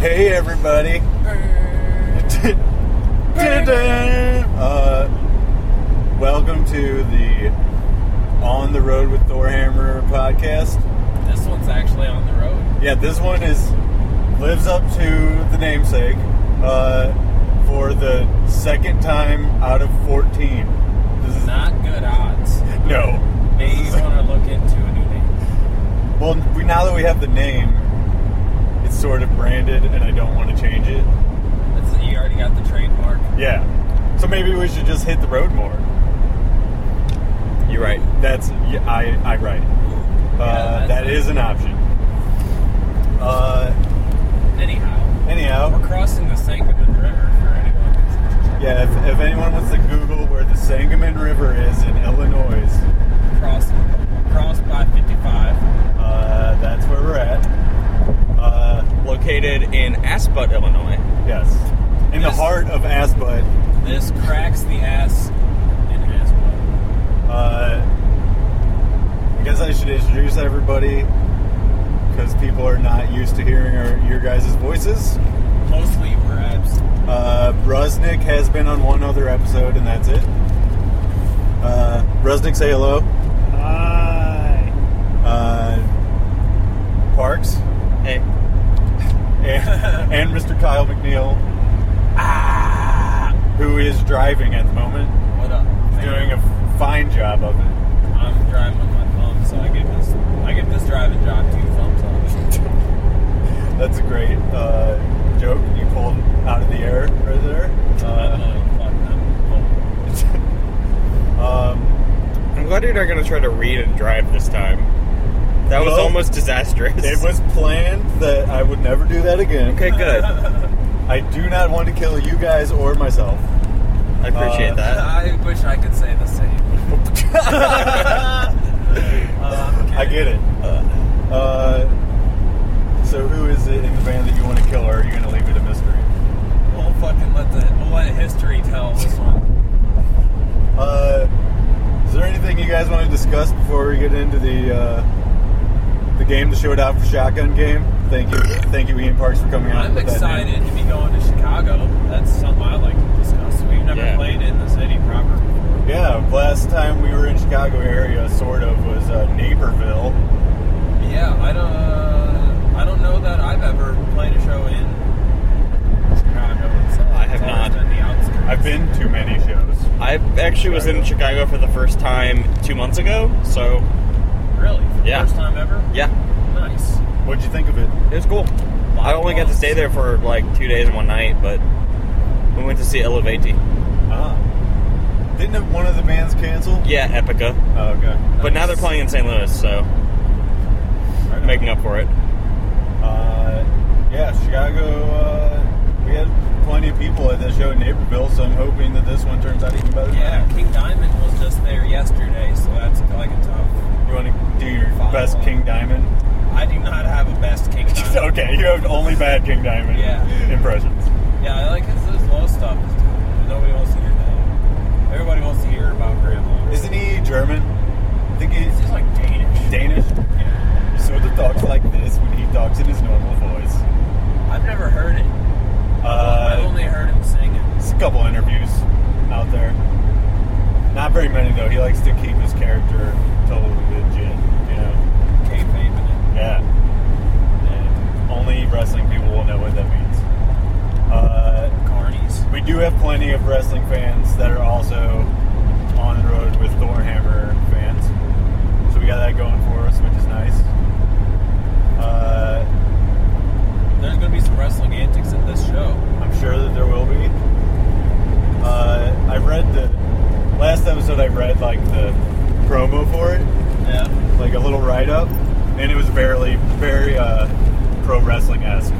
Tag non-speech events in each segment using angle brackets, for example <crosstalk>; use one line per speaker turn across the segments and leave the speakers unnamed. Hey everybody. <laughs> uh, welcome to the On the Road with Thorhammer podcast.
This one's actually on the road.
Yeah, this one is lives up to the namesake uh, for the second time out of 14. This is
Not good odds.
no.
Maybe you want to look into a new name.
Well, we, now that we have the name, it's sort of branded, and I don't want to change it.
That's you already got the trademark.
Yeah. So maybe we should just hit the road more. You're right. That's yeah, I I right. Uh,
Yeah,
that is an option. Uh,
Anyhow,
anyhow,
we're crossing the Sangamon River for anyone. who's interested.
yeah. If, if anyone wants to Google where the Sangamon River is in Illinois,
Cross, cross by 55.
uh, that's where we're at. Uh,
located in Asbutt, Illinois.
yes, in the
Yes.
heart of Asbutt.
This cracks the ass in Aspen.
Uh, I guess I should introduce everybody because people are not used to hearing our, your guys' voices.
Mostly perhaps.
Uh, Brusnik has been on one other episode, and that's it. Uh, Brusnik, say hello.
Hi.
Uh, Parks <laughs>
Hey.
and, and Mr. Kyle McNeil, Ah, who is driving at the moment,
What up?
doing a fine job of it.
I'm driving with my thumb, so I give this I give this driving job two thumbs up. <laughs>
That's a great uh, joke you pulled out of the air right there.
I'm
Uh,
like, fuck, I'm full.
um,
I'm glad you're not going to try to read and drive this time. That was
Well,
almost disastrous.
it was planned that I would never do that again.
<laughs> Okay, good. I
I do not want to kill you guys or myself.
appreciate
Uh, <laughs>
that.
I wish I could say the same. Um,
I get it. Uh, so who is it in the band that you want to kill, or are you going to leave it a mystery?
We'll fucking let the we'll let history tell this one.
Uh, is there anything you guys want to discuss before we get into the uh, the game, the showdown for shotgun game? Thank you, thank you, Ian Parks, for coming out.
I'm
with that
excited
name.
to be going to Chicago. That's something I like to discuss. We've never
Yeah.
played in the city proper. before.
Yeah, last time we were in Chicago area, sort of, was uh, Naperville.
Yeah, I don't. Uh, I don't know that I've ever played a show in Chicago. itself.
I have
It's always
not.
Been the outskirts.
I've been to many shows.
I actually was in Chicago for the first time two months ago, so
really for the
Yeah.
first time ever.
yeah,
Nice.
What'd you think of it?
it was cool. I only got to stay there for like two days and one night, but we went to see Elevati.
Ah, didn't one of the bands cancel?
Yeah, Epica.
Oh, okay.
But now they're playing in St. Louis, so
Right on.
making up for it.
Uh, yeah, Chicago. Uh, we had plenty of people at that show in Naperville, so I'm hoping that this one turns out even better. than
Yeah, King Diamond was just there yesterday, so that's like a tough.
that. You want to do your
Follow
best
up.
King
<laughs>
Diamond? <laughs>
I do not have a best King Diamond.
okay, you have only bad King Diamond
Yeah.
impressions.
Yeah, I like his, his low stuff. is terrible. Nobody wants to hear that. Everybody wants to hear about grandma.
Isn't he German? I think he's
He's just like Danish.
Danish.
Yeah.
He sort of talks like this when he talks in his normal voice.
I've never heard it. I've
Uh,
only heard him sing it.
there's a couple interviews out there. Not very many though. He likes to keep his character totally legit. You know.
Kayfabe in
Yeah. And only wrestling people will know what that means. Uh,
it. Carnies.
we do have plenty of wrestling fans that are also on the road with Thorhammer fans. So we got that going for us, which is nice. Uh,
There's gonna be some wrestling antics at this show.
I'm sure that there will be. Uh, I read the last episode, I read like the promo for it.
Yeah.
like a little write up, and it was barely very uh, pro wrestling esque.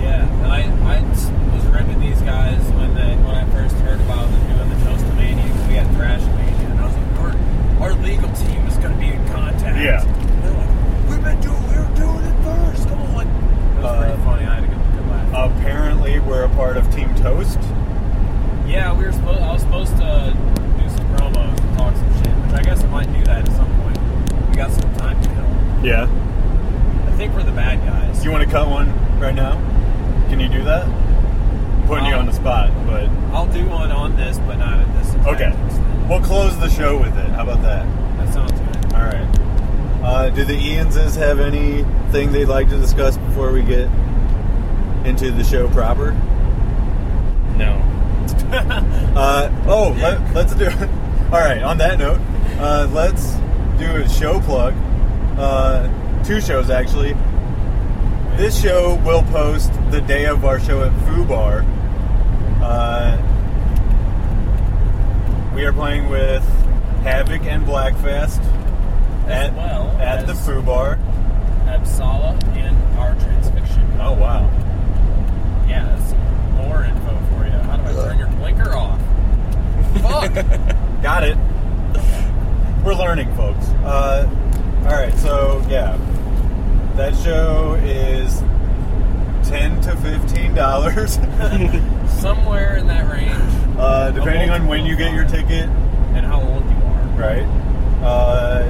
Yeah. And I, I s- was ripping these guys when they, when I first heard about them doing the Toast Mania because we had Thrash Mania, and I was like, our, our legal team is gonna be in contact.
Yeah.
They're like, we've been doing, we were doing it first. Come on. It was pretty
Uh,
funny. I had a good, good laugh.
Apparently, we're a part of Team Toast.
Yeah, we were supposed. I was supposed to do some promos and talk some shit, which I guess I might do that at some point. We got some time to kill.
Yeah. I
think we're the bad guys.
Do you want to cut one right now? Can you do that? I'm putting you
Um,
on the spot, but
I'll do one on this, but not at this. exact
okay.
instant.
We'll close the show with it. How about that?
That sounds good.
All right. Uh, do the Ianses have anything they'd like to discuss before we get into the show proper?
No.
Uh, oh, let, let's do. <laughs> All right. On that note, uh, let's do a show plug. Uh, two shows actually. This show will post the day of our show at Foo Bar. Uh, we are playing with Havoc and Blackfest
As
at
well
at the
as-
Foo Bar.
Absala and our transfixion.
Oh wow!
Yeah, that's more info for you. How do I turn your blinker off? Fuck!
Got it. <laughs> We're learning, folks. Uh, all right, so yeah, that show is ten to fifteen dollars, <laughs>
Somewhere in that range,
uh, depending on when you get your ticket.
and how old you are.
Right. Uh,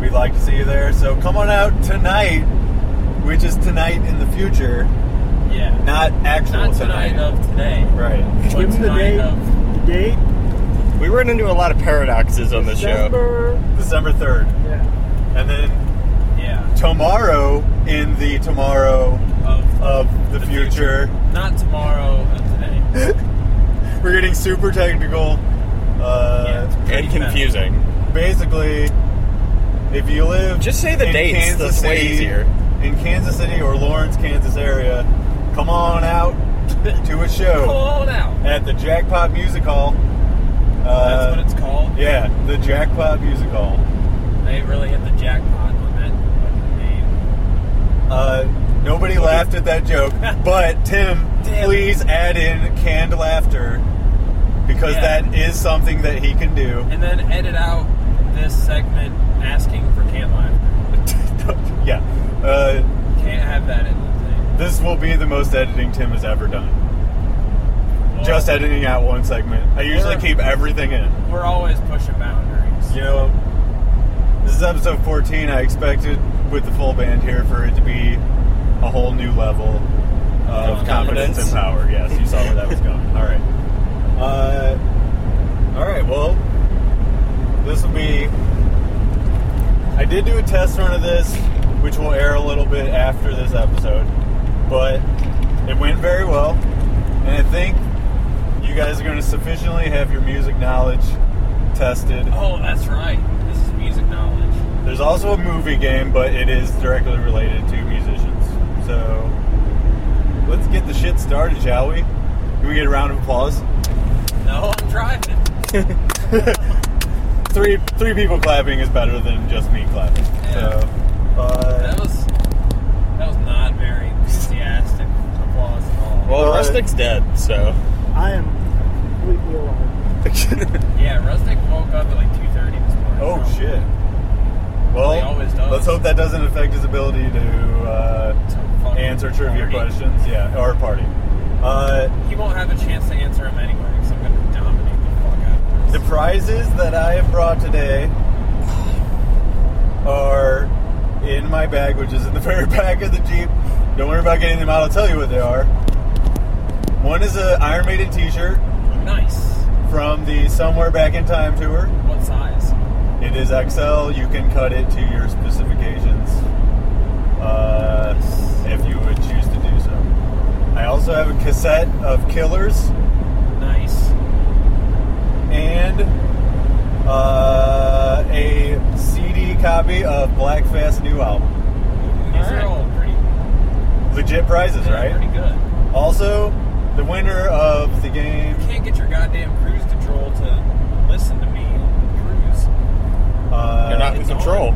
we'd like to see you there, so come on out tonight, which is tonight in the future,
Yeah.
not actual
Not tonight of today.
Right.
But
Give them the
tonight
date.
of
The date.
We run into a lot of paradoxes on the show.
December.
December third,
Yeah.
and then
Yeah.
tomorrow in the tomorrow
Of,
of the, future.
not tomorrow of today.
We're getting super technical. Uh,
Yeah.
And confusing.
Basically, if you live
Just say the
in
dates,
Kansas
that's way
City,
easier.
In Kansas City or Lawrence, Kansas area, come on out <laughs> to a
Come
show
on out.
at the Jackpot Music Hall.
That's
Uh,
what it's called.
yeah, the Jackpot Music Hall.
They really hit the jackpot on that fucking name.
Uh, nobody laughed at that
<laughs>
joke, but Tim,
Damn.
please add in canned laughter because
Yeah.
that is something that he can do. <laughs>
And then edit out this segment asking for canned laughter.
yeah. Uh,
Can't have that in the thing.
This will be the most editing Tim has ever done.
Well,
Just editing out one segment. I usually
Sure.
keep everything in.
We're always pushing boundaries.
You know, this is episode 14. I expected with the full band here for it to be a whole new level of
Of
confidence
confidence.
and power. Yes, you saw where that was going. All right. Uh, all right, well, this will be. I did do a test run of this, which will air a little bit after this episode, but it went very well, and I think you guys are going to sufficiently have your music knowledge tested.
Oh, that's right. This is music knowledge.
There's also a movie game, but it is directly related to musicians. So let's get the shit started, shall we? Can we get a round of applause?
No, I'm driving.
Three three people clapping is better than just me clapping. So
That
uh,
was that was not very enthusiastic applause at all.
Well,
Uh,
Rustic's dead, so.
I am completely alive.
yeah, Rustic woke up at like two thirty this morning.
oh
so
shit.
He
Well,
always does.
let's hope that doesn't affect his ability to uh,
it's a fucking
answer trivia
party.
questions. Yeah, or party. Uh,
He won't have a chance to answer them anyway because I'm gonna dominate the fuck out of
The
this.
prizes that I have brought today are in my bag, which is in the <laughs> very back of the Jeep. Don't worry about getting them out, I'll tell you what they are. One is a Iron Maiden t shirt
nice.
from the Somewhere Back in Time tour.
What size?
It is XL, you can cut it to your specifications uh, if you would choose to do so. I also have a cassette of Killers.
Nice.
and uh, a CD copy of Blackfast's new album.
These are
Alright.
all pretty.
Legit prizes,
they're
right?
Pretty good.
Also, the winner of the game,
You can't get your goddamn cruise control to listen to me cruise.
You're not
uh,
in
it's on.
control.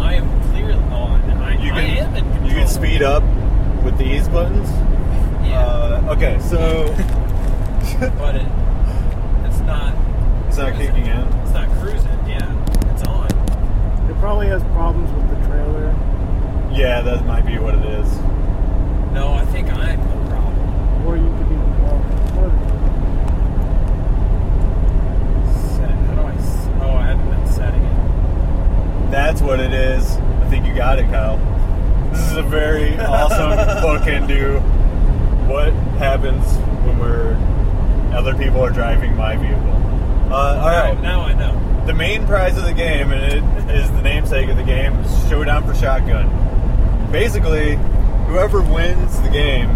I am clearly on. I,
you
I am in
can
control.
you can speed up with these buttons.
Yeah,
Uh, okay,
<laughs>
so
but it, it's not.
it's not
cruising.
kicking in.
It's not cruising. Yeah, it's on.
It probably has problems with the trailer.
Yeah, that might be what it is.
No, I think I'm the problem.
Or you could even walk further.
Set. How do I? s- Oh, I haven't been setting it.
That's what it is. I think you got it, Kyle. This is a very awesome book into what happens when we're other people are driving my vehicle. Uh, all right.
Now, now I know. <laughs>
The main prize of the game, and it is the namesake of the game, is Showdown for Shotgun. Basically, whoever wins the game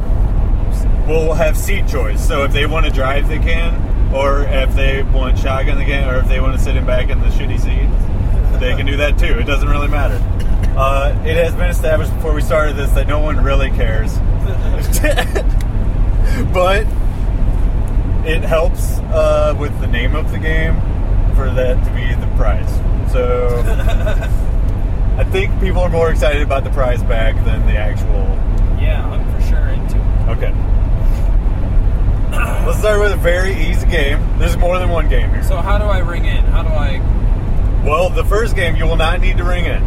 will have seat choice. So if they want to drive, they can, or if they want shotgun, they can, or if they want to sit in back in the shitty seat, they can do that too. It doesn't really matter. Uh, it has been established before we started this that no one really cares <laughs> but it helps uh, with the name of the game for that to be the prize. So
<laughs>
I think people are more excited about the prize bag than the actual.
yeah, I'm for sure into it.
Okay. Let's start with a very easy game. There's more than one game here.
So how do I ring in? How do I?
Well, the first game you will not need to ring in.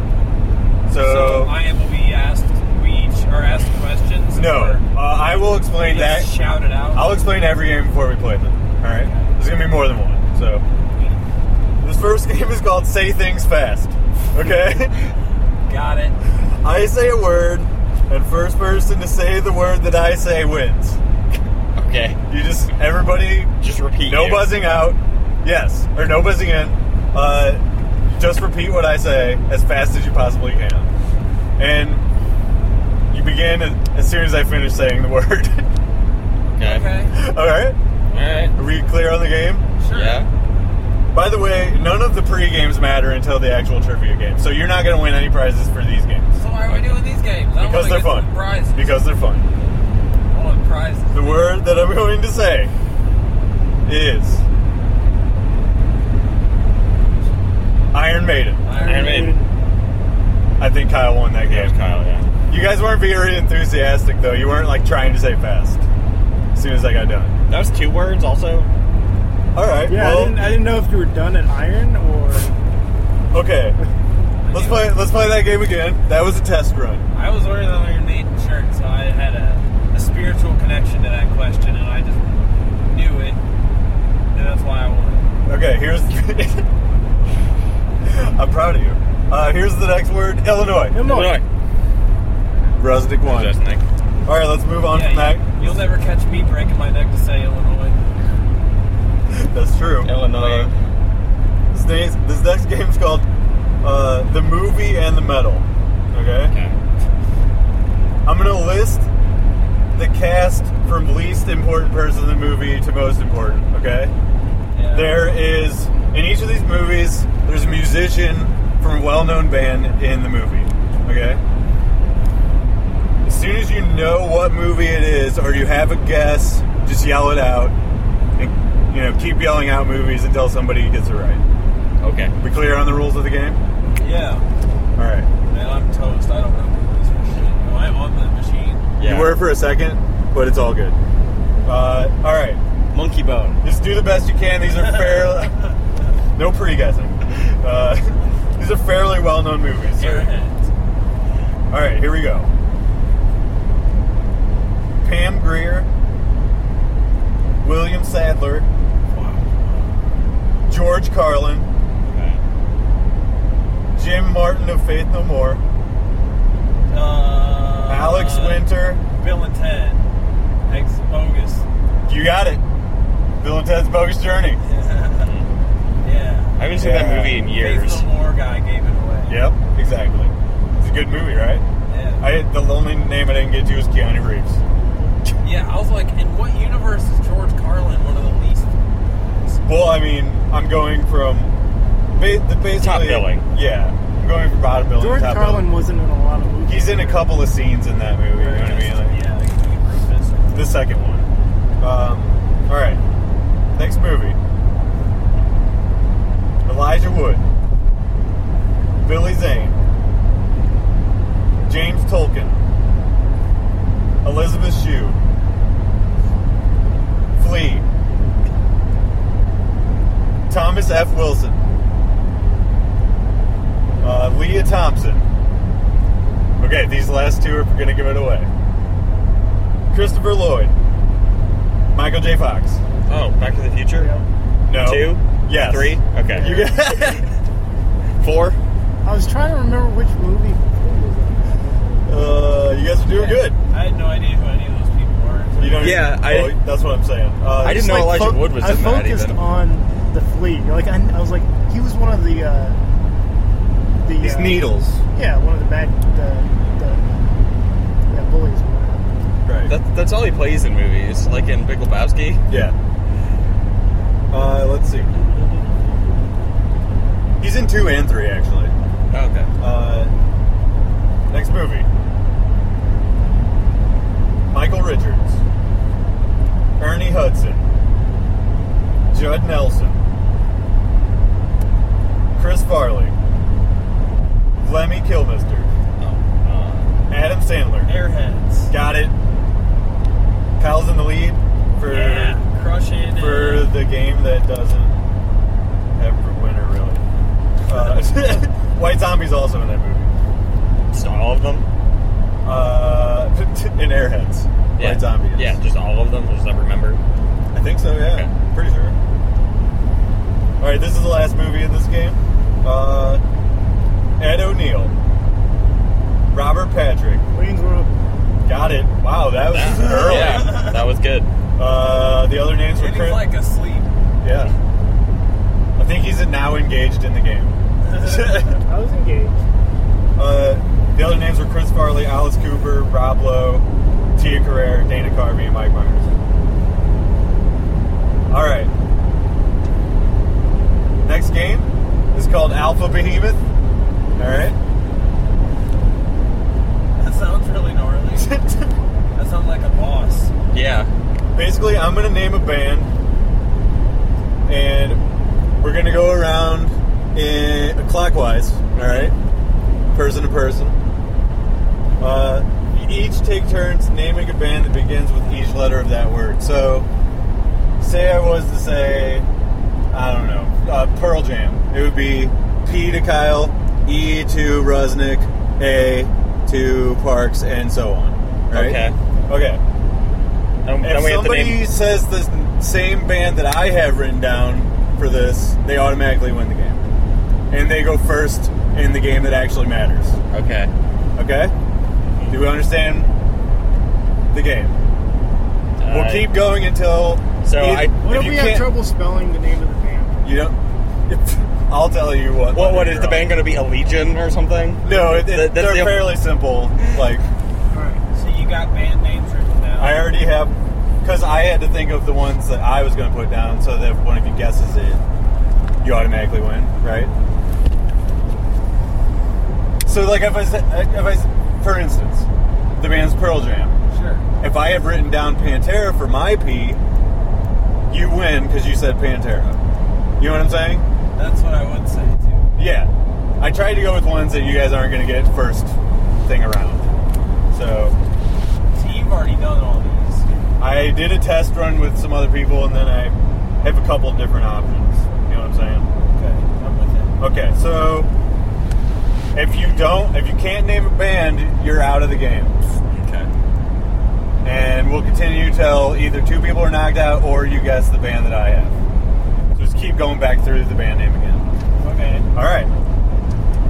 So,
I will be asked. We each are asked questions.
no,
Or
uh, I will explain
we
that.
just shout it out.
I'll explain every game before we play them. All right, there's gonna be more than one. So this first <laughs> game is called "Say Things Fast." Okay,
Got it.
I say a word, and first person to say the word that I say wins.
Okay.
You just everybody,
Just repeat.
no
you.
buzzing out, yes, or no buzzing in. Uh, just repeat what I say as fast as you possibly can, and you begin as soon as I finish saying the <laughs> word.
Okay.
Okay.
All right,
All right.
are we clear on the game?
Sure.
Yeah.
By the way, none of the pre games matter until the actual trivia game, so you're not going to win any prizes for these games
So why are we doing these games? I don't
because
wanna
they're
get some
fun.
Prizes.
Because they're fun.
I want prizes.
The word that I'm going to say is Iron Maiden.
Iron Maiden.
I think Kyle won that
Yeah,
game.
it's Kyle. Yeah.
You guys weren't very enthusiastic though. You weren't like trying to say fast. As soon as I got done.
That was two words. Also.
All right.
Yeah, I,
well,
didn't, I didn't know if you were done at iron or.
okay. Let's play. Let's play that game again. That was a test run.
I was wearing an Iron Maiden shirt, so I had a, a spiritual connection to that question, and I just knew it, and that's why I won.
Okay, here's. <laughs> I'm proud of you. Uh, here's the next word Illinois.
Illinois.
Rustic one.
Just Nick.
All right, let's move on from that.
you, will never catch me breaking my neck to say Illinois.
<laughs> That's true.
Illinois.
Uh, this, next, this next <laughs> game's called uh, The Movie and the Metal. Okay?
Okay.
I'm going to list the cast from least important person in the movie to most important. Okay?
Yeah.
There is, in each of these movies, there's a musician from a well known band in the movie. Okay? As soon as you know what movie it is or you have a guess, just yell it out. And, you know, keep yelling out movies until somebody gets it right.
Okay.
We clear on the rules of the game?
Yeah.
All right.
Man, I'm toast. I don't know this machine. Am I on the machine?
Yeah.
You were for a second, but it's all good. Uh, all right.
monkey bone.
Just do the best you can. These are fair. <laughs> no pre guessing. Uh, <laughs> these are fairly well known movies. so-
Airheads.
All right, here we go. Pam Greer, William Sadler, George Carlin, Jim Martin of Faith No More,
Uh,
Alex Winter.
Bill and Ted. Ex bogus.
<laughs> You got it. Bill and Ted's Bogus Journey.
yeah.
I haven't seen
Yeah.
that movie in years.
Faith No More guy gave it away.
Yep, exactly. It's a good movie, right?
Yeah.
I the only name I didn't get to was Keanu Reeves.
Yeah, I was like, in what universe is George Carlin one of the least?
Well, I mean, I'm going from ba- the basically
Top billing.
Yeah, I'm going from bottom billing.
George
top
Carlin
billing.
wasn't in a lot of movies.
He's in a couple of scenes in that movie. You know what I mean? Like,
Yeah, like, we proved this.
The second one. Um, all right. Next movie. Elijah Wood. Billy Zane. James Tolkien. Elizabeth Shue. Flea. Thomas F. Wilson. Uh, Leah Thompson. Okay, these last two are going to give it away. Christopher Lloyd. Michael J. Fox.
Oh, Back to the Future.
No.
Two?
Yes.
Three? Okay.
You get
Four?
I was trying to remember which movie
<laughs> uh, you guys are doing good.
I had no idea who any of those people were. until-
You don't
Yeah,
even-
I-
oh, that's what I'm saying. Uh,
I
just-
didn't know Elijah Wood was
I
in that
focused
even.
on the flea. Like I, I was like, he was one of the uh, the
These
uh,
needles.
Yeah, one of the bad the, the yeah bullies.
Right.
That, that's all he plays in movies, like in Big Lebowski.
Yeah. Uh, let's see. He's in two and three, actually.
okay.
Uh, next movie Michael Richards, Ernie Hudson, Judd Nelson, Chris Farley, Lemmy Kilmister,
Oh,
Adam Sandler.
Airheads.
Got it. Kyle's in the lead for
Yeah, crushing
for
it.
the game that doesn't have a winner really. Uh, <laughs> White Zombie's also in that movie.
uh, just all of them.
Uh, <laughs> in Airheads,
Yeah.
White Zombie. Is.
Yeah, just all of them. Just I remember.
I think so. Yeah,
Okay.
pretty sure. All right, this is the last movie in this game. Uh, Ed O'Neill, Robert Patrick.
Wayne's World.
Got it. Wow, that was
That-
early.
Yeah, that was good.
<laughs> Uh, the other names were
And
Chris.
he's like asleep.
yeah. I think he's now engaged in the
<laughs>
game. <laughs>
I was engaged.
Uh, the other names were Chris Farley, Alice Cooper, Rob Lowe, Tia Carrere, Dana Carvey, and Mike Myers. All right. Next game is called Alpha Behemoth. All right.
That sounds
<laughs>
really gnarly. that sounds like a boss.
Yeah.
Basically, I'm going to name a band, and we're going to go around in uh, clockwise. All right. Person to person. Uh, each take turns naming a band that begins with each letter of that word. So, say I was to say, I don't know, uh, Pearl Jam. It would be P to Kyle, E to Rusnik, A to Parks, and so on. Right?
Okay.
Okay.
And,
If
and we have to
somebody
name.
says the s- same band that I have written down for this, they automatically win the game. And they go first in the game that actually matters.
Okay.
Okay? Do we understand the game? we'll
Uh,
keep going until.
So
if-
I-
if
What if,
you
we have
can't-
trouble spelling the name of the band?
You don't. <laughs> I'll tell you what.
Uh, What? What
letter
is
you're
the
on.
band going to be? A Legion or something?
No, it, it-
That- that's
they're
the-
fairly simple. Like
All right.
So you got band names written down.
I already have, because I had to think of the ones that I was going to put down, so that if one of you guesses it, you automatically win, right? So, like, if I said, if I, s- for instance, the band's Pearl Jam.
sure.
If I have written down Pantera for my P, you win because you said Pantera. You know what I'm saying?
That's what I would say too.
Yeah. I tried to go with ones that you guys aren't going to get first thing around. So
So you've already done all these.
I did a test run with some other people, and then I have a couple different options. You know what I'm saying?
Okay, I'm with
Okay, so if you don't, if you can't name a band, you're out of the game,
Okay.
and we'll continue till either two people are knocked out or you guess the band that I have. So just keep going back through the band name again.
it. Okay.
All right,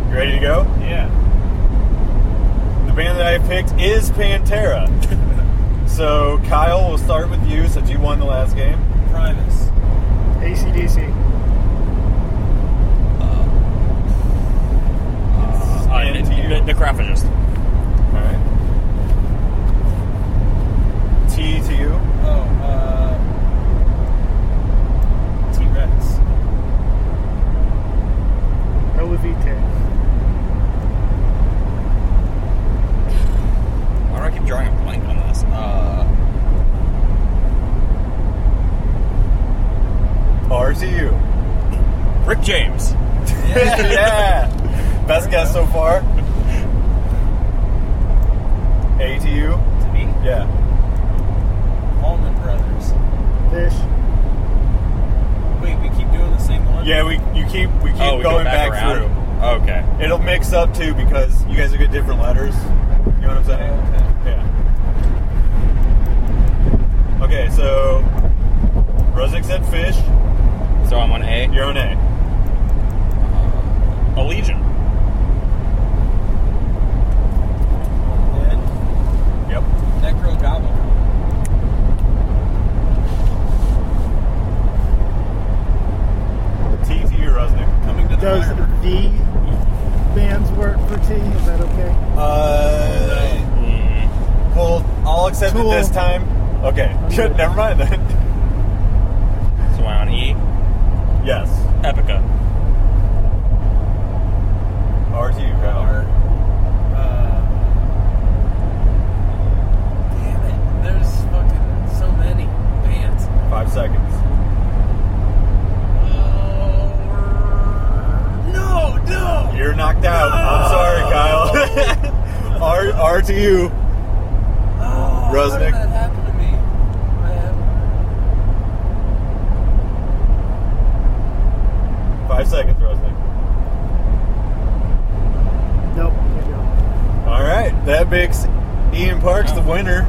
you ready to go?
Yeah.
The band that I picked is Pantera. <laughs> so Kyle, we'll start with you since you won the last game.
Primus.
ACDC.
Uh, uh,
Into you.
the, the graphicist.
All right. T to you.
Oh, uh. T Rex.
Hella Vitae.
Why do I keep drawing a blank on this? Uh,
R to you.
Rick
<laughs> <laughs>
James.
yeah. Best guess so far. A to you.
<laughs> To me?
Yeah.
Allman Brothers.
Fish.
Wait, we keep doing the same one?
Yeah. We you keep we keep
oh, we
going
go back, around. Okay.
through. It'll mix up too because you guys will get different letters. You know what I'm saying?
Okay.
Yeah. Okay. So, Rosick said fish.
So I'm on A.
You're on A.
Uh, a Legion.
And Uh,
Mm.
accept it
Tool.
this time? Okay.
good.
Good. <laughs> Never mind then. <laughs>
So am I on E?
yes.
Epica.
R to you,
Or,
Kyle.
uh, damn it, there's fucking so many bands.
Five seconds.
Uh, no, no.
You're knocked out. I'm sorry, Kyle. R R to you.
Oh, How
Rusnik.
did that happen to me? I have-
Five seconds, Rusnik.
Nope. can't do it.
All right. That makes Ian Parks the winner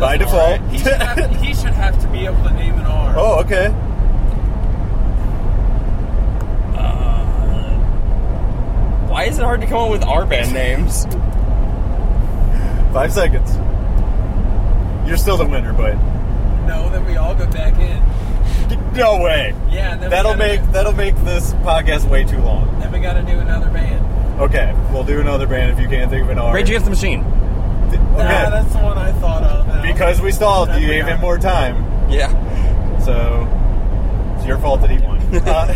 by
Doesn't- all
default.
right. He should, have, he should have to be able to name an R.
<laughs> oh, okay.
Uh, why is it hard to come up with R <laughs> band names?
Five seconds. You're still the winner, but
No, then we all go back in.
no way.
Yeah, then we
That'll
gotta
make
do-
that'll make this podcast way too long.
Then we gotta do another band.
Okay, we'll do another band if you can't think of an R.
Rage Against the Machine.
Okay.
Nah, that's the one I thought of. and I was
because
like,
we stalled,
I
you gave
forgot.
him more time,
Yeah.
so it's your fault that he won. Uh,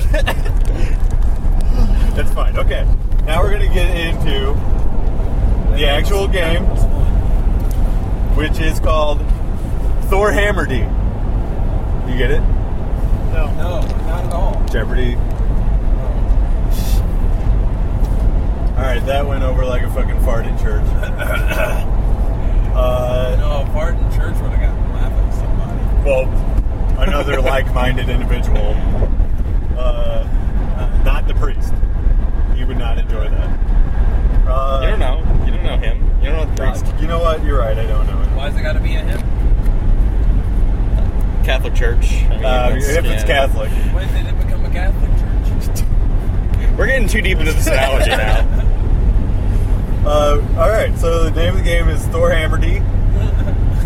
<laughs> that's fine. Okay, now we're gonna get into the actual game, which is called Thor Hammer D. You get it?
No.
No, not at all.
Jeopardy. All right, that went over like a fucking fart in church. <coughs> uh,
No, a fart in church would have gotten laugh at somebody.
well, another like-minded individual. Uh, not the priest. He would not enjoy that. Uh,
You don't know. You don't know him. You don't know the priest.
You know what? You're right. I don't know. it.
Why's it gotta be a him?
Catholic Church. I mean,
Uh,
that's-
if it's
yeah.
Catholic,
When did it become a Catholic church? <laughs>
We're getting too deep into this analogy now.
<laughs> uh, all right. So the name of the game is Thor Hammerdy.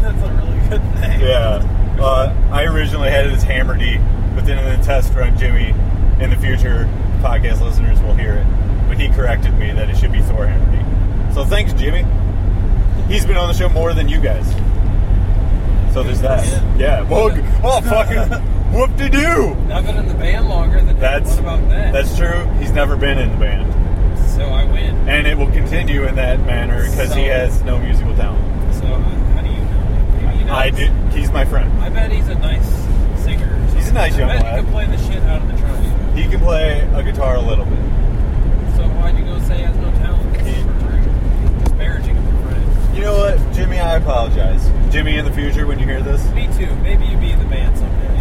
That's a really good thing.
Yeah. Uh, I originally had it as Hammer D, but then in the test run, Jimmy, in the future, podcast listeners will hear it. But he corrected me that it should be Thor Hammer D. So thanks, Jimmy. He's been on the show more than you guys. So there's that. Yeah. Well, g- oh, fucking whoop de doo.
I've been in the band longer than
That's
what about that?
that's true. He's never been in the band,
so I win.
and it will continue in that manner because he
So-
has no musical talent.
So uh, how do you know? Maybe he knows.
I do. He's my friend.
I bet he's a nice singer. or
He's a nice
something.
young
I bet
lad.
he can play the shit out of the trumpet.
He can play a guitar a little bit.
So why'd you go say he has no talent?
He-
Rude. Disparaging of a friend.
You know what, Jimmy? I apologize. Jimmy, in the future, when you hear this,
Me too. Maybe you be in the band someday.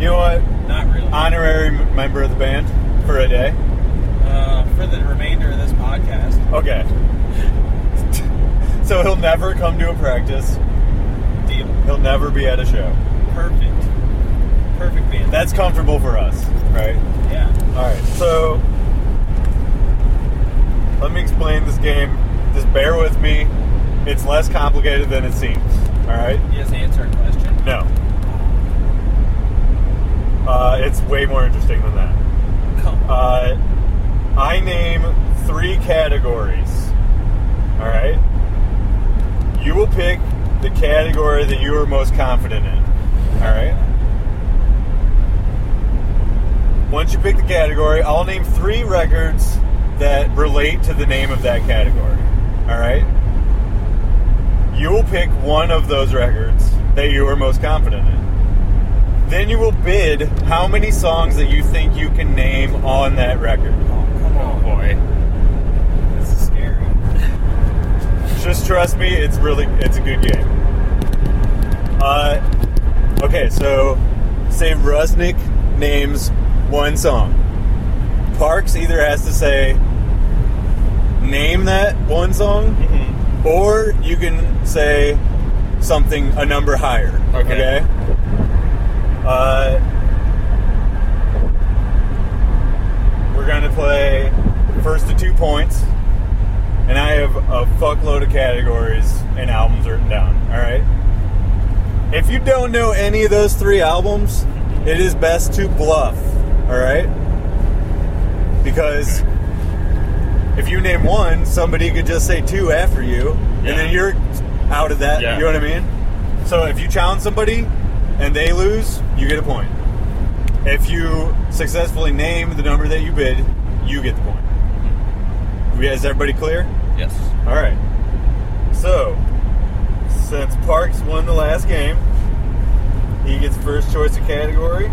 you know what?
Not really.
Honorary m- member of the band for a day.
uh, for the remainder of this podcast.
Okay. <laughs> so he'll never come to a practice.
Deal.
He'll never be at a show.
Perfect. Perfect band.
That's comfortable for us, right?
yeah.
All right. So let me explain this game. Just bear with me. It's less complicated than it seems. All right.
Yes, answer a question.
No. Uh, it's way more interesting than that.
Come.
Uh, I name three categories. All right. You will pick the category that you are most confident in. All right. Once you pick the category, I'll name three records that relate to the name of that category. All right. You will pick one of those records that you are most confident in. Then you will bid how many songs that you think you can name on that record.
Oh, come
Oh
on.
boy.
This is scary.
Just trust me, it's really it's a good game. Uh, okay, so say Rusnik names one song. Parks either has to say name that one song,
Mhm.
or you can say something a number higher.
Okay.
okay? Uh, we're gonna play first to two points, and I have a fuckload of categories and albums written down. All right. If you don't know any of those three albums, it is best to bluff. All right. Because if you name one, somebody could just say two after you,
Yeah.
and then you're out of that.
Yeah.
You know what I mean? So if you challenge somebody and they lose, you get a point. If you successfully name the number that you bid, you get the point.
Mm-hmm.
We- Is everybody clear?
Yes.
All right. So, since Parks won the last game, he gets first choice of category.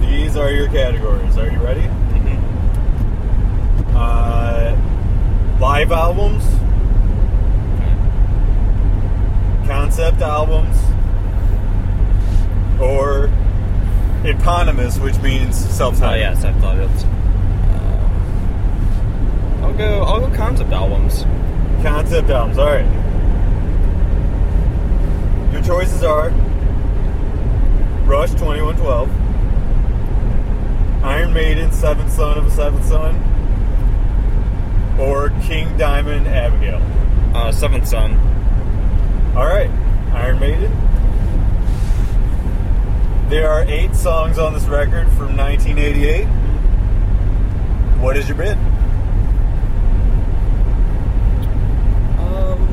These are your categories. Are you ready?
Mhm.
Uh, live albums, concept albums, or eponymous, which means
Oh
self-titled.
yes, I thought it. Was, uh, I'll go. I'll go concept albums.
Concept albums. All right. Your choices are Rush 2112, Iron Maiden Seventh Son of a Seventh Son, or King Diamond Abigail.
Uh, Seventh Son.
All right, Iron Maiden. There are eight songs on this record from 1988. What is your bid?
Um,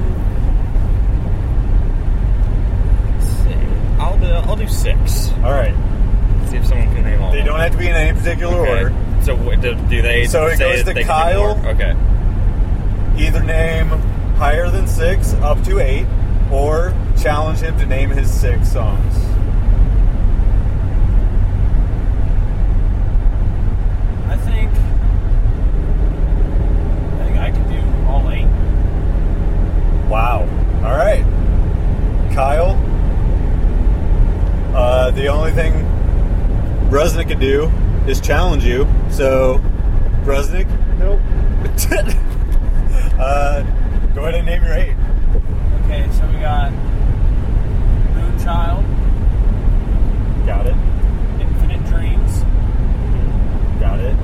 let's see. I'll do. I'll do six.
All right.
See if someone can name all.
They
of
don't
them.
have to be in any particular order.
Okay. So wh- do, do they?
So it
say
goes
that
to
they can do
Kyle.
more? Okay.
either name higher than six, up to eight, or challenge him to name his six songs.
I think. I think I could do all eight.
Wow. All right. Kyle, uh, the only thing Bresnik can do is challenge you. So, Bresnik, <laughs>
Nope.
uh, go ahead and name your eight.
Okay, so we got Moonchild,
Got it.
Infinite Dreams.
Got it.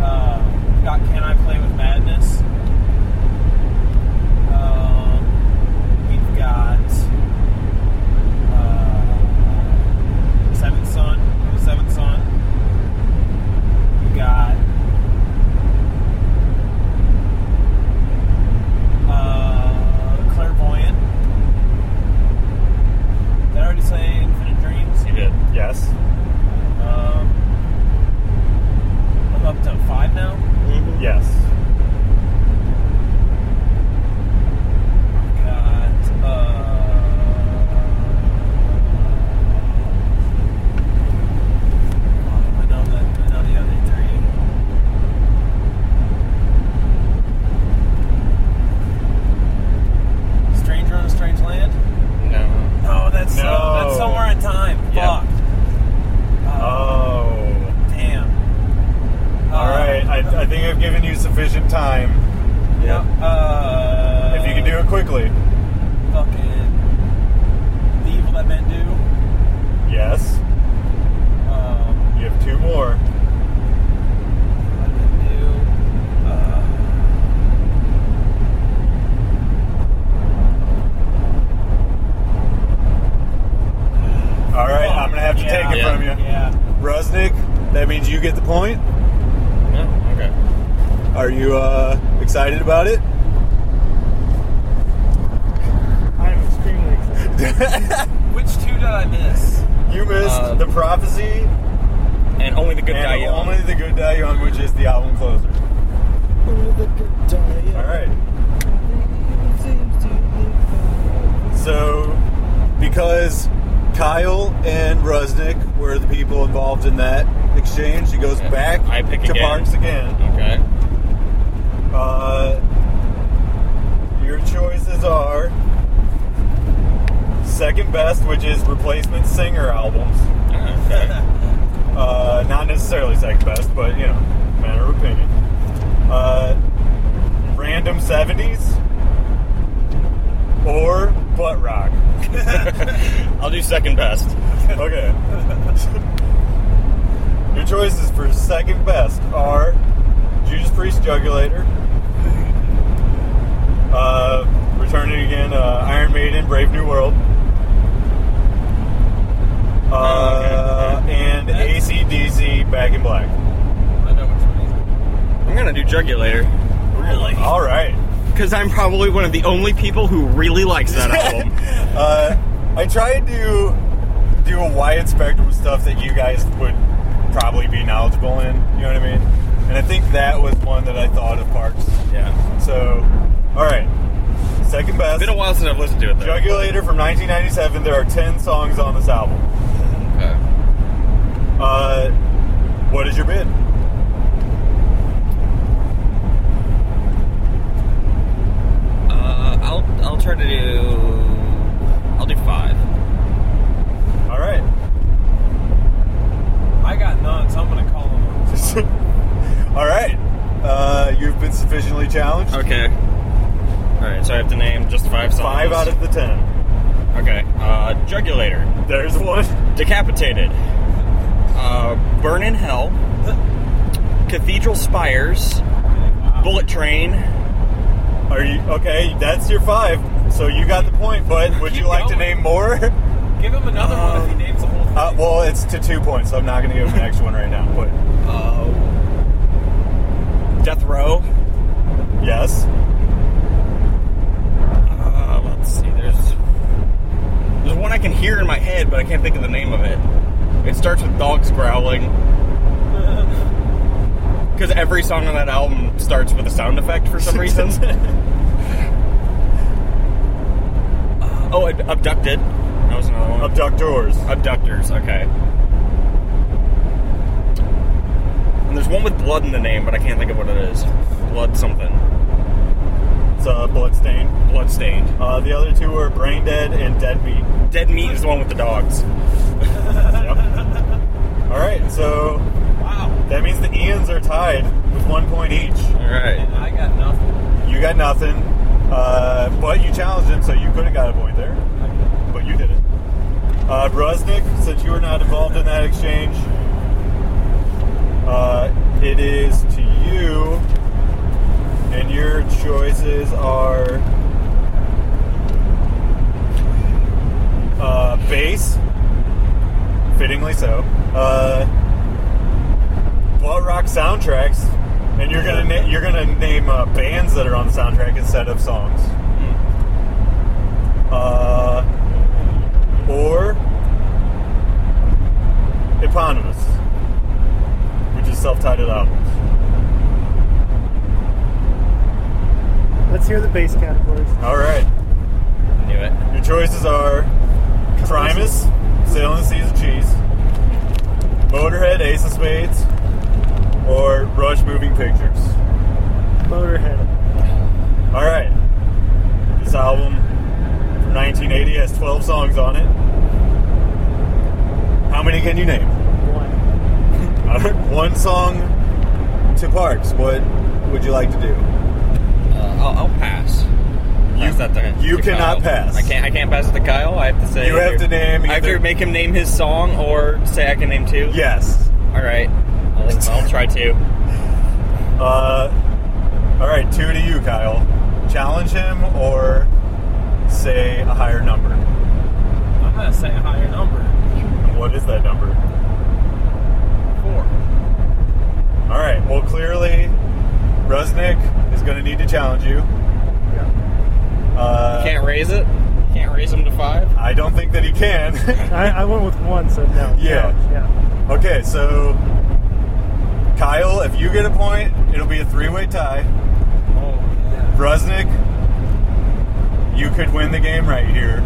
Uh, we got Can I Play with Madness. Um, we've got uh, Seventh Son, or the Seventh Son. We got. uh, Clairvoyant. Did I already say Infinite Dreams?
You did.
Yes.
Um, I'm up to five now.
Yes.
We've got uh, I know the I know the other three. Stranger on a Strange Land.
No.
No, that's uh,
No.
that's somewhere in time.
Yeah.
Fuck. Uh,
Oh.
damn.
All
Uh,
right. I, I think I've given you sufficient time.
Yeah. Uh,
If you can do it quickly.
fucking the evil that men do.
Yes.
Um,
You have two more.
what did they do? Uh,
All right, I'm gonna have to
yeah,
take it
Yeah.
from you.
Yeah.
Rusnik, that means you get the point.
No. Okay.
Are you uh, excited about it?
I'm extremely excited.
Which two did I miss?
<laughs> you missed
Uh,
the prophecy
And only the good
and
guy. you own.
only the good die young, which is the album closer. All right. So, because Kyle and Rusnik were the people involved in that exchange, it goes
Yeah.
back
I pick
to
again.
Parks again. <laughs>
Okay.
Uh, your choices are second best, which is replacement singer albums.
Oh, okay.
Uh, not necessarily second best, but you know, matter of opinion. Uh, random seventies or butt rock.
I'll do second best.
<laughs> Okay. Your choices for second best are Judas Priest Jugulator, uh, returning again, uh, Iron Maiden, Brave New World, uh, and ACDC Back in Black.
I know which one.
I'm gonna do jugulator. Oh,
Really?
All right.
because I'm probably one of the only people who really
<laughs>
likes that album.
uh, I tried to do a wide spectrum of stuff that you guys would probably be knowledgeable in. You know what I mean? And I think that was one that I thought of Parks.
Yeah,
So, all right, second
it's
best.
been a while since I've listened to it. though.
Jugulator from 1997. There are 10 songs on this album.
Okay.
Uh, what is your bid?
Uh, I'll I'll try to do I'll do five.
All <laughs> right.
I got none, so I'm gonna call them. on the spot.
all right. Uh, you've been sufficiently challenged.
Okay. All right, so I have to name just five songs.
Five out of the 10.
okay. Uh, Jugulator.
There's one.
Decapitated. Uh, Burn in Hell. Cathedral Spires. Bullet Train.
Are you okay? That's your five. So you got the point, but would you
Keep
like to
going.
name more? <laughs> Uh,
<laughs> Give him another one if he names the whole thing.
well, it's to two points, so I'm not going to give him an extra one right now. But
Uh, Death Row.
yes,
Uh, let's see. There's there's one I can hear in my head, but I can't think of the name of it. It starts with dogs growling. <laughs> Because every song on that album starts with a sound effect for some reason. Uh, oh, Ab- abducted. That was another one.
abductors.
Abductors, okay. And there's one with blood in the name, but I can't think of what it is. Blood something.
It's uh, bloodstain.
Bloodstained.
Uh, the other two were brain dead and dead meat.
Dead meat is the one with the dogs.
Yep. All right, so
Wow.
that means the Ians are tied with one point each.
Alright.
And I got nothing.
You got nothing, uh, but you challenged him, so you could have got a point there, but you didn't. Uh, Brusnik, since you were not involved in that exchange, uh, it is to you, and your choices are uh, bass, fittingly so, uh, butt rock soundtracks, and you're gonna na- you're gonna name uh, bands that are on the soundtrack instead of songs. Uh, or eponymous, which is self-titled albums.
Let's hear the bass categories.
All right,
Knew it.
your choices are Primus, Sailing the Seas of Cheese, Motorhead, Ace of Spades, or Rush Moving Pictures.
Motorhead.
All right. This album from 1980 has 12 songs on it. How many can you name? <laughs>
One.
One song to parts. What would you like to do?
Uh, I'll, I'll pass.
You-
Pass that to-
you
to
cannot
Kyle.
pass.
I can't. I can't pass it to Kyle. I have to say.
You have
either-
to name
I have to
either-
make him name his song or say I can name two.
Yes.
All right. I'll, I'll try two.
Uh, all right, two to you, Kyle. Challenge him or say a higher number.
I'm gonna say a higher number.
What is that number?
Four.
All right. Well, clearly, Rusnik is going to need to challenge you.
Yeah.
<laughs> Uh,
can't raise it. Can't raise him to five.
I don't think that he can. <laughs>
I, I went with one, so no.
Yeah.
No, yeah.
Okay, so Kyle, if you get a point, it'll be a three-way tie.
Oh yeah.
Brusnik, you could win the game right here.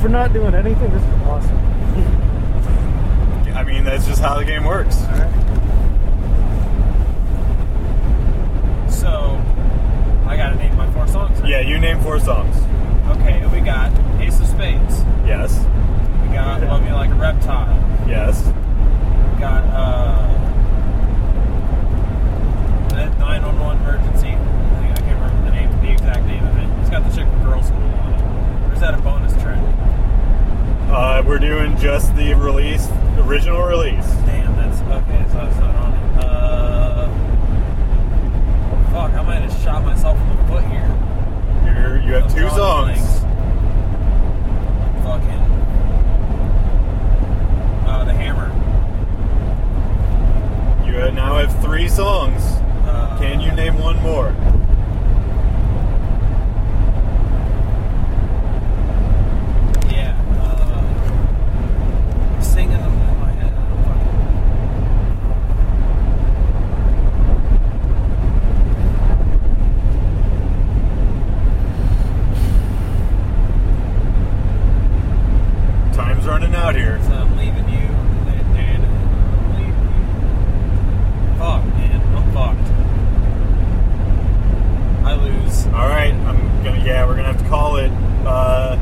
For not doing anything, this is awesome.
I mean, that's just how the game works.
All right.
So I gotta name my four songs. right?
Yeah, you name four songs.
Okay, we got Ace of Spades.
Yes,
We got Love Me Like a Reptile.
yes,
We got uh that 911 emergency. I think I can't remember the name, the exact name of it. It's got the chick from Girl School on it. Or is that a bonus track?
uh, we're doing just the release, original release.
Damn, that's okay. So that's not on it. Uh, fuck, I might have shot myself in the foot here.
You're, you have
I'm
two
drawing
songs.
blanks. Fucking. Uh, the hammer.
You ha- now have three songs.
Uh,
Can you name one more?
uh,
yeah, we're gonna have to call it. Uh,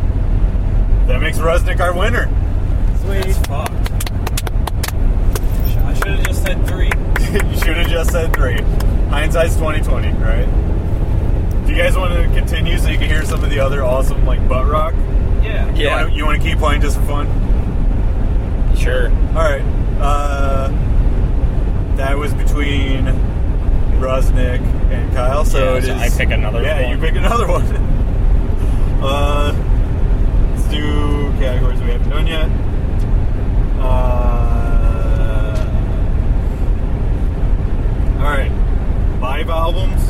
that makes Resnick our winner. <laughs>
That's fucked. Sh- I should have just said three.
you should have just said three. Hindsight's twenty twenty, right? Do you guys want to continue so you can hear some of the other awesome like butt rock?
Yeah.
Yeah.
You want to keep playing just for fun?
Sure.
All right. Uh, that was between Rusnik and Kyle, so
Yeah,
it is.
so I pick another
Yeah,
one.
you pick another one. <laughs> uh, let's do categories we haven't done yet. Uh, all right, live albums.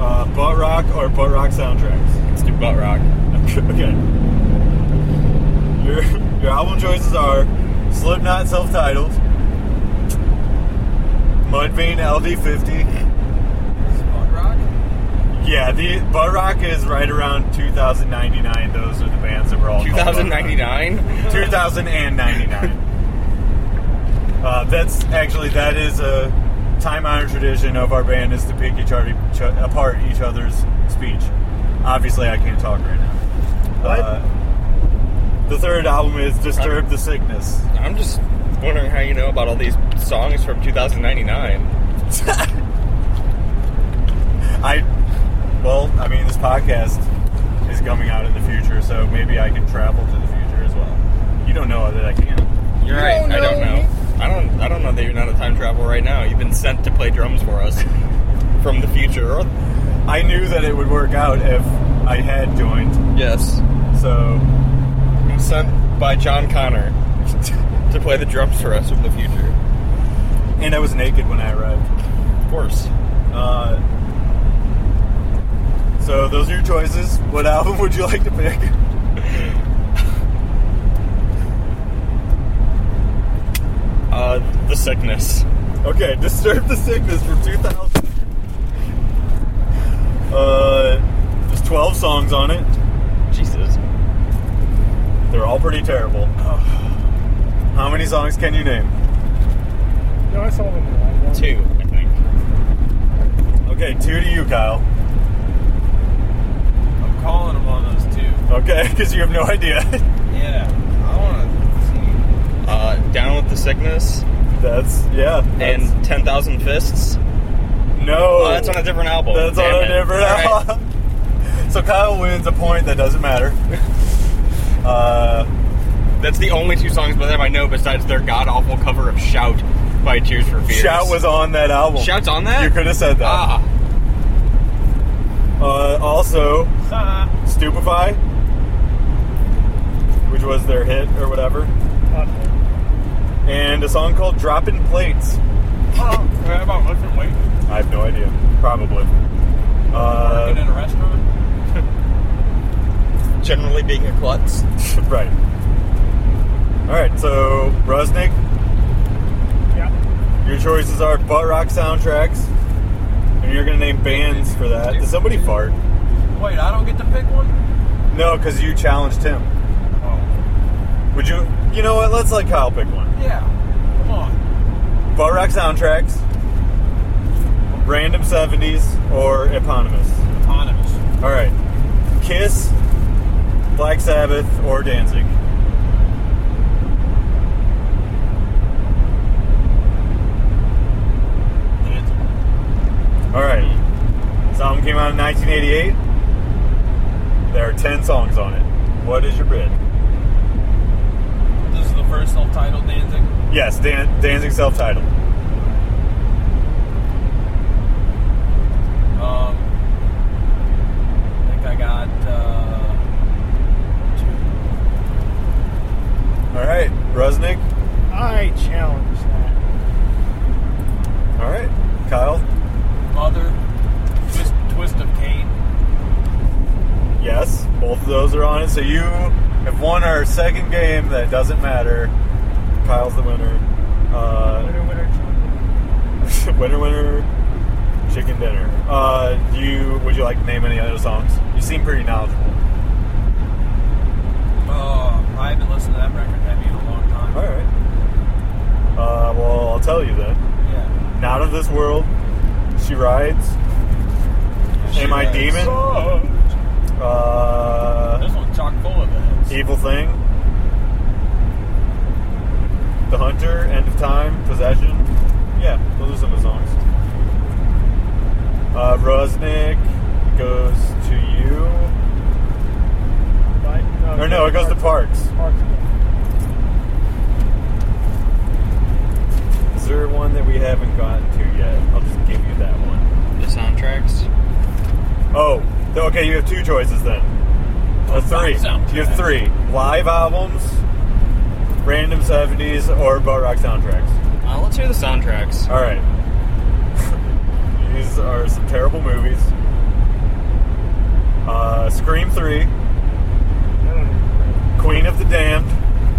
Uh, butt rock or butt rock soundtracks.
Let's do butt rock.
<laughs> Okay. Your your album choices are Slipknot self-titled, Mudvayne LD50.
Spot rock.
Yeah, the Butt Rock is right around 2099. Those are the bands that were all called Butt Rock.
2099.
2099. uh, that's actually that is a time-honored tradition of our band is to pick each other each, apart each other's speech. Obviously, I can't talk right now. Uh,
What?
the third album is "Disturb the Sickness."
I'm just wondering how you know about all these songs from 2099.
I, well, I mean, this podcast is coming out in the future, so maybe I can travel to the future as well. You don't know that I can.
You're
You
right.
don't
I don't
know
know. I don't. I don't know that you're not a time travel right now. You've been sent to play drums for us <laughs> from the future. Or,
I knew that it would work out if I had joined.
yes.
So
I'm sent by John Connor <laughs> to play the drums for us from the future.
And I was naked when I arrived.
Of course.
Uh, so those are your choices. What album would you like to pick? <laughs>
Uh, the sickness.
Okay, Disturb the Sickness from 2000. Uh, there's 12 songs on it.
Jesus.
They're all pretty terrible. <sighs> How many songs can you name?
No, I saw them in the live one.
Two, I think.
Okay, two to you, Kyle.
I'm calling them on those two.
Okay, <laughs> because you have no idea.
Yeah. I want
Uh, Down with the sickness
that's yeah. That's,
and Ten Thousand Fists.
no,
Oh, that's on a different album.
That's
Damn
on a
it.
different
All right.
album. <laughs> So Kyle wins a point that doesn't
<laughs>
matter. uh,
That's the only two songs by them I know besides their god awful cover of "Shout" by Tears for Fears.
Shout was on that album.
Shout's on that.
You could have said that.
ah,
Uh, also,
to.
Stupefy, which was their hit or whatever,
Hot.
and a song called Droppin' Plates.
What about lifting weight?
I have no idea. Probably.
Working
Uh,
in a restaurant?
generally being a klutz.
right. Alright, so, Rusnik,
Yeah.
your choices are butt rock soundtracks, and you're gonna name bands for that. Did somebody fart?
Wait, I don't get to pick one?
No, because you challenged him.
Oh.
Would you, you know what? Let's let Kyle pick one.
Yeah. Come on.
Butt Rock soundtracks, Random 70s, or Eponymous.
Autonomous.
All right. Kiss, Black Sabbath, or Danzig. All right. This album came out in 1988. There are 10 songs on it. What is your bid?
This is the first self-titled Danzig.
Yes, Dan- Danzig self titled.
Um, I think I got uh, two.
All right. Rusnik.
I challenge that.
All right. Kyle.
Mother, twist, twist of Cain.
Yes, both of those are on it. So you have won our second game that doesn't matter. Kyle's the winner. Uh, <laughs> winner,
Winner, winner, chicken.
winner, chicken dinner. Uh, do you would you like to name any other songs? You seem pretty knowledgeable.
Uh, I haven't listened to that record heavy in a long time.
All right. Uh, well, I'll tell you then.
Yeah.
Not of this world. She rides. Am I demon? Uh,
uh, This one's chock full of it.
evil thing. The Hunter, End of Time, Possession. Yeah, those are some of the songs. Uh, Rusnik goes to you.
Right?
Or no, it goes to Parks.
Parks.
Is there one that we haven't gotten to yet? I'll just give you that one.
The soundtracks.
Oh, th- okay, you have two choices then. Uh, three.
soundtrack.
You have three. Live albums, random 70s, or boat rock soundtracks.
Uh, let's hear the soundtracks.
All right. <laughs> These are some terrible movies. Uh, Scream 3,
I don't know.
Queen of the Damned,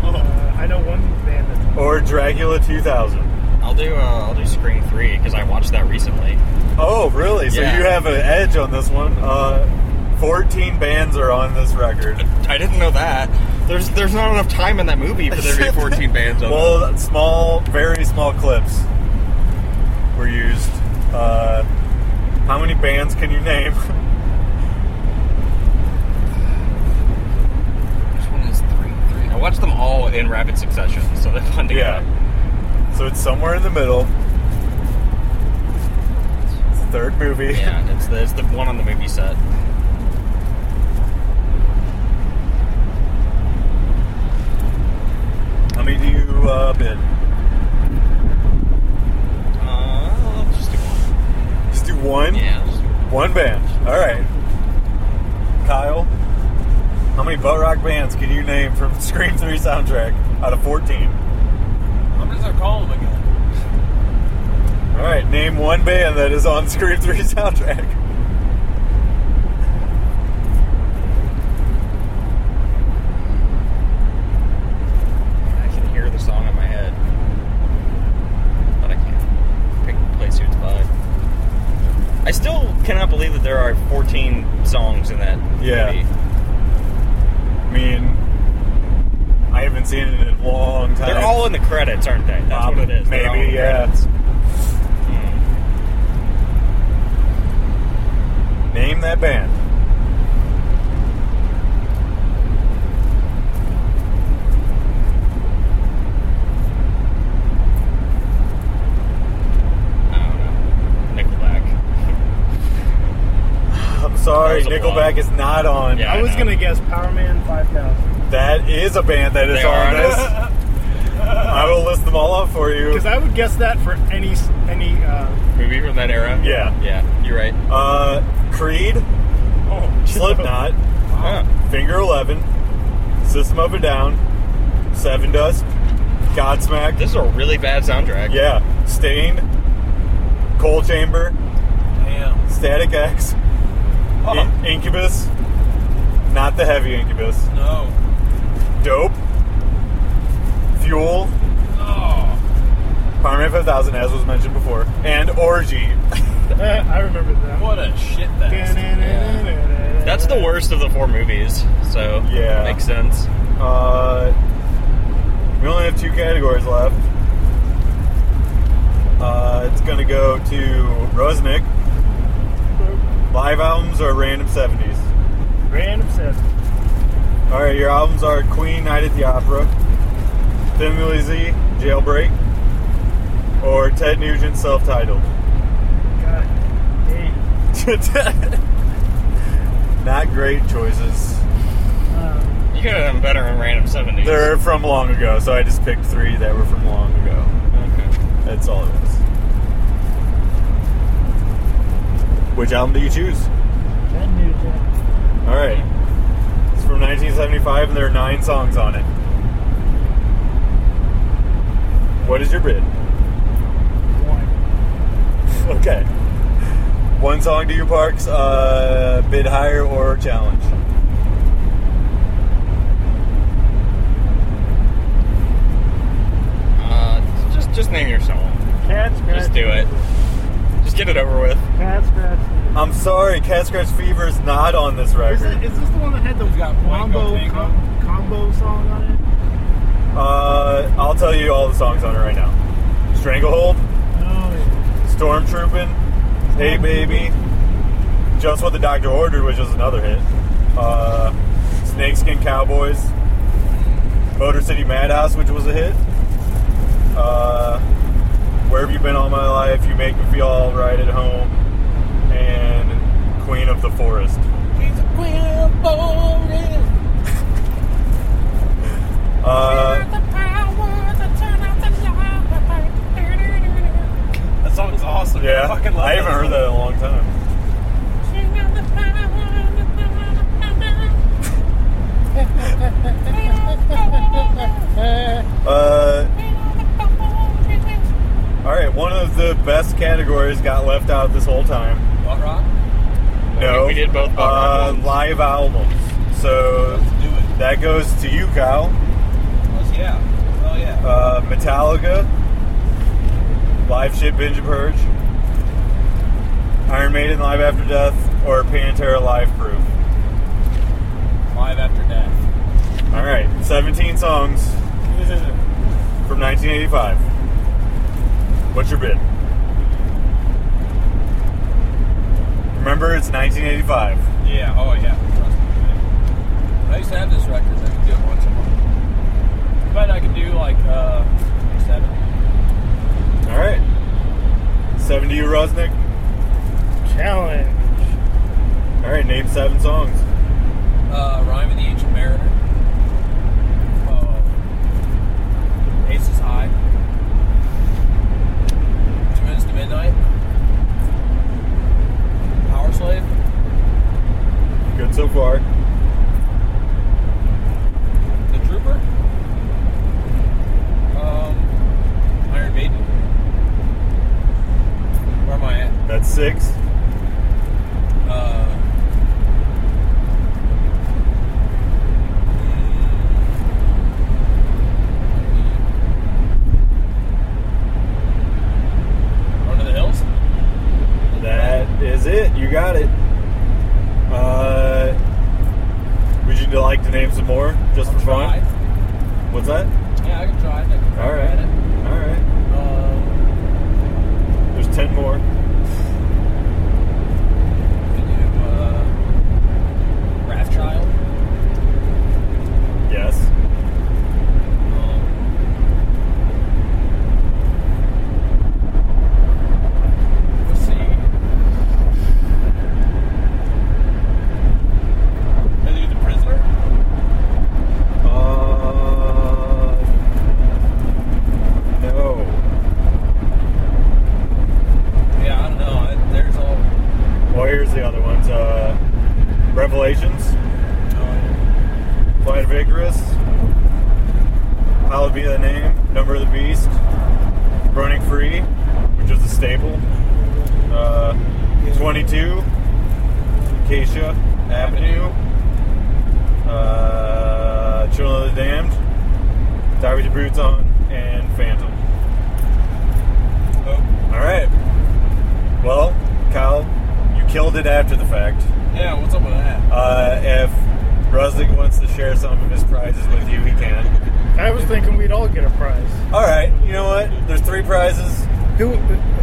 Uh, I know one band that
or Dracula 2000.
I'll do. Uh, I'll do Scream Three because I watched that recently.
Oh, really? So
Yeah.
you have an edge on this one. Uh, 14 bands are on this record.
I didn't know that. There's there's not enough time in that movie for <laughs> there
<laughs>
to be 14 bands on.
Well, that small, very small clips were used. Uh, how many bands can you name? <laughs>
it. which one is three? Three. I watched them all in rapid succession, so they're fun to
yeah. So it's somewhere in the middle. It's the third movie.
get. Yeah, it's the, it's the one on the movie set.
<laughs> How many do you uh, bid?
Uh, let's just do one.
Just do one?
Yeah. let's do one.
One band. All right. Kyle, how many butt rock bands can you name from <laughs> Scream 3 soundtrack out of 14?
I'm just gonna call him again.
All right, name one band that is on <laughs> Scream 3 soundtrack.
I can hear the song in my head, but I can't pick place who it's by. I still cannot believe that there are 14 songs in that
Yeah.
movie.
I mean, I haven't seen it in a long time.
They're all in the credits, aren't they? That's
Um,
what it is. They're all in
Maybe,
the
yeah.
credits. Hmm.
Name that band.
I don't know. Nickelback.
I'm sorry,
That was a
Nickelback
lot.
is not on.
Yeah,
I was
know.
gonna guess Power Man 5000
That is a band that is
They are
on
on
this. I will list them all up for you.
because I would guess that for any s- any. Uh,
Movie from that era?
Yeah.
Yeah, you're right.
Uh, Creed,
oh,
Slipknot,
Huh.
Finger Eleven, System of a Down, Seven Dust, Godsmack.
This is a really bad soundtrack.
Yeah, Stain, Coal Chamber,
Damn.
Static X,
Oh.
In- Incubus, not the heavy Incubus.
No.
Dope. Fuel.
Oh.
Power Man 5000, as was mentioned before. And Orgy.
Uh, I remember that.
What a shit fest.
That's the worst of the four movies, so
Yeah.
makes sense.
Uh, we only have two categories left. Uh, it's going to go to Rosnick. Live albums or random 70s?
Random says
Alright, your albums are Queen, Night at the Opera, Thin Lizzy, Jailbreak, or Ted Nugent self titled.
God dang.
<laughs> Not great choices.
Um,
You could have done better in Random 70s.
They're from long ago, so I just picked three that were from long ago.
Okay.
That's all it was. Which album do you choose?
Ted Nugent.
All right. It's from 1975, and there are nine songs on it. What is your bid? <laughs>
One.
Okay. One song to your parks, uh, bid higher or challenge.
Uh, just, just name your song.
Cat scratch.
Just do it. Just get it over with.
Cat scratch.
I'm sorry, Cat Scratch Fever is not on this
Is,
record.
it, is this the one that had the
got
combo
Boingo Bango.
com- combo song on it?
Uh, I'll tell you all the songs on it right now. Stranglehold,
Oh,
Stormtroopin', Hey Baby, Just What the Doctor Ordered, which is another hit. Uh, Snakeskin Cowboys. Motor City Madhouse, which was a hit. Uh, Where Have You Been All My Life? You Make Me Feel All Right at Home. And Queen of the Forest.
She's a queen of boldness.
Uh,
Got the power to turn out the light. That song's awesome.
yeah,
I fucking love
I haven't heard that in a long time. Uh, all right, one of the best categories got left out this whole time.
What rock?
No,
we did both
uh,
albums.
live albums. So
Let's do it.
that goes to you, Kyle.
Let's- yeah. Oh yeah.
Uh, Metallica, Live Shit Binge and Purge, Iron Maiden Live After Death, or Pantera Live Proof.
Live after
<laughs>
death.
All right, 17 songs from 1985. What's your bid? Remember, it's 1985.
Yeah. Oh yeah. Trust me. I used to have this record. I could do it once a month. I bet I could do like uh, seven.
All right, 70 you, Rusnik.
Challenge.
All right, name seven songs.
Uh, Rhyme of the Ancient Mariner. Uh, Ace is High. Two Minutes to Midnight. Power Slave.
Good so far.
The Trooper. Um, Iron Maiden. Where am I at?
That's six.
Uh, mm, Under the Hills.
That is it. You got it. Uh, would you like to name some more just for
Try.
fun? What's that?
Yeah, I can try. I can try
All right.
at it.
All right.
Um,
There's ten more.
we can uh, do uh, Wrathchild.
Yes.
Um, let's see. Can I do the prisoner?
Uh, no.
Yeah, I don't know. I, there's all.
Well, here's the other ones. Uh, Revelations,
Uh,
Flight of Icarus, Hallowed Be Thy Name, Number of the Beast, Running Free, which is a staple. Uh, 22, Acacia Avenue, uh, Children of the Damned, Die with Your Boots On, and Phantom.
oh,
All right. Well, Kyle, you killed it after the fact.
yeah. What's up with that?
Uh, if Ruslik wants to share some of his prizes with you, he can.
I was thinking we'd all get a prize.
All right. You know what? There's three prizes.
Who?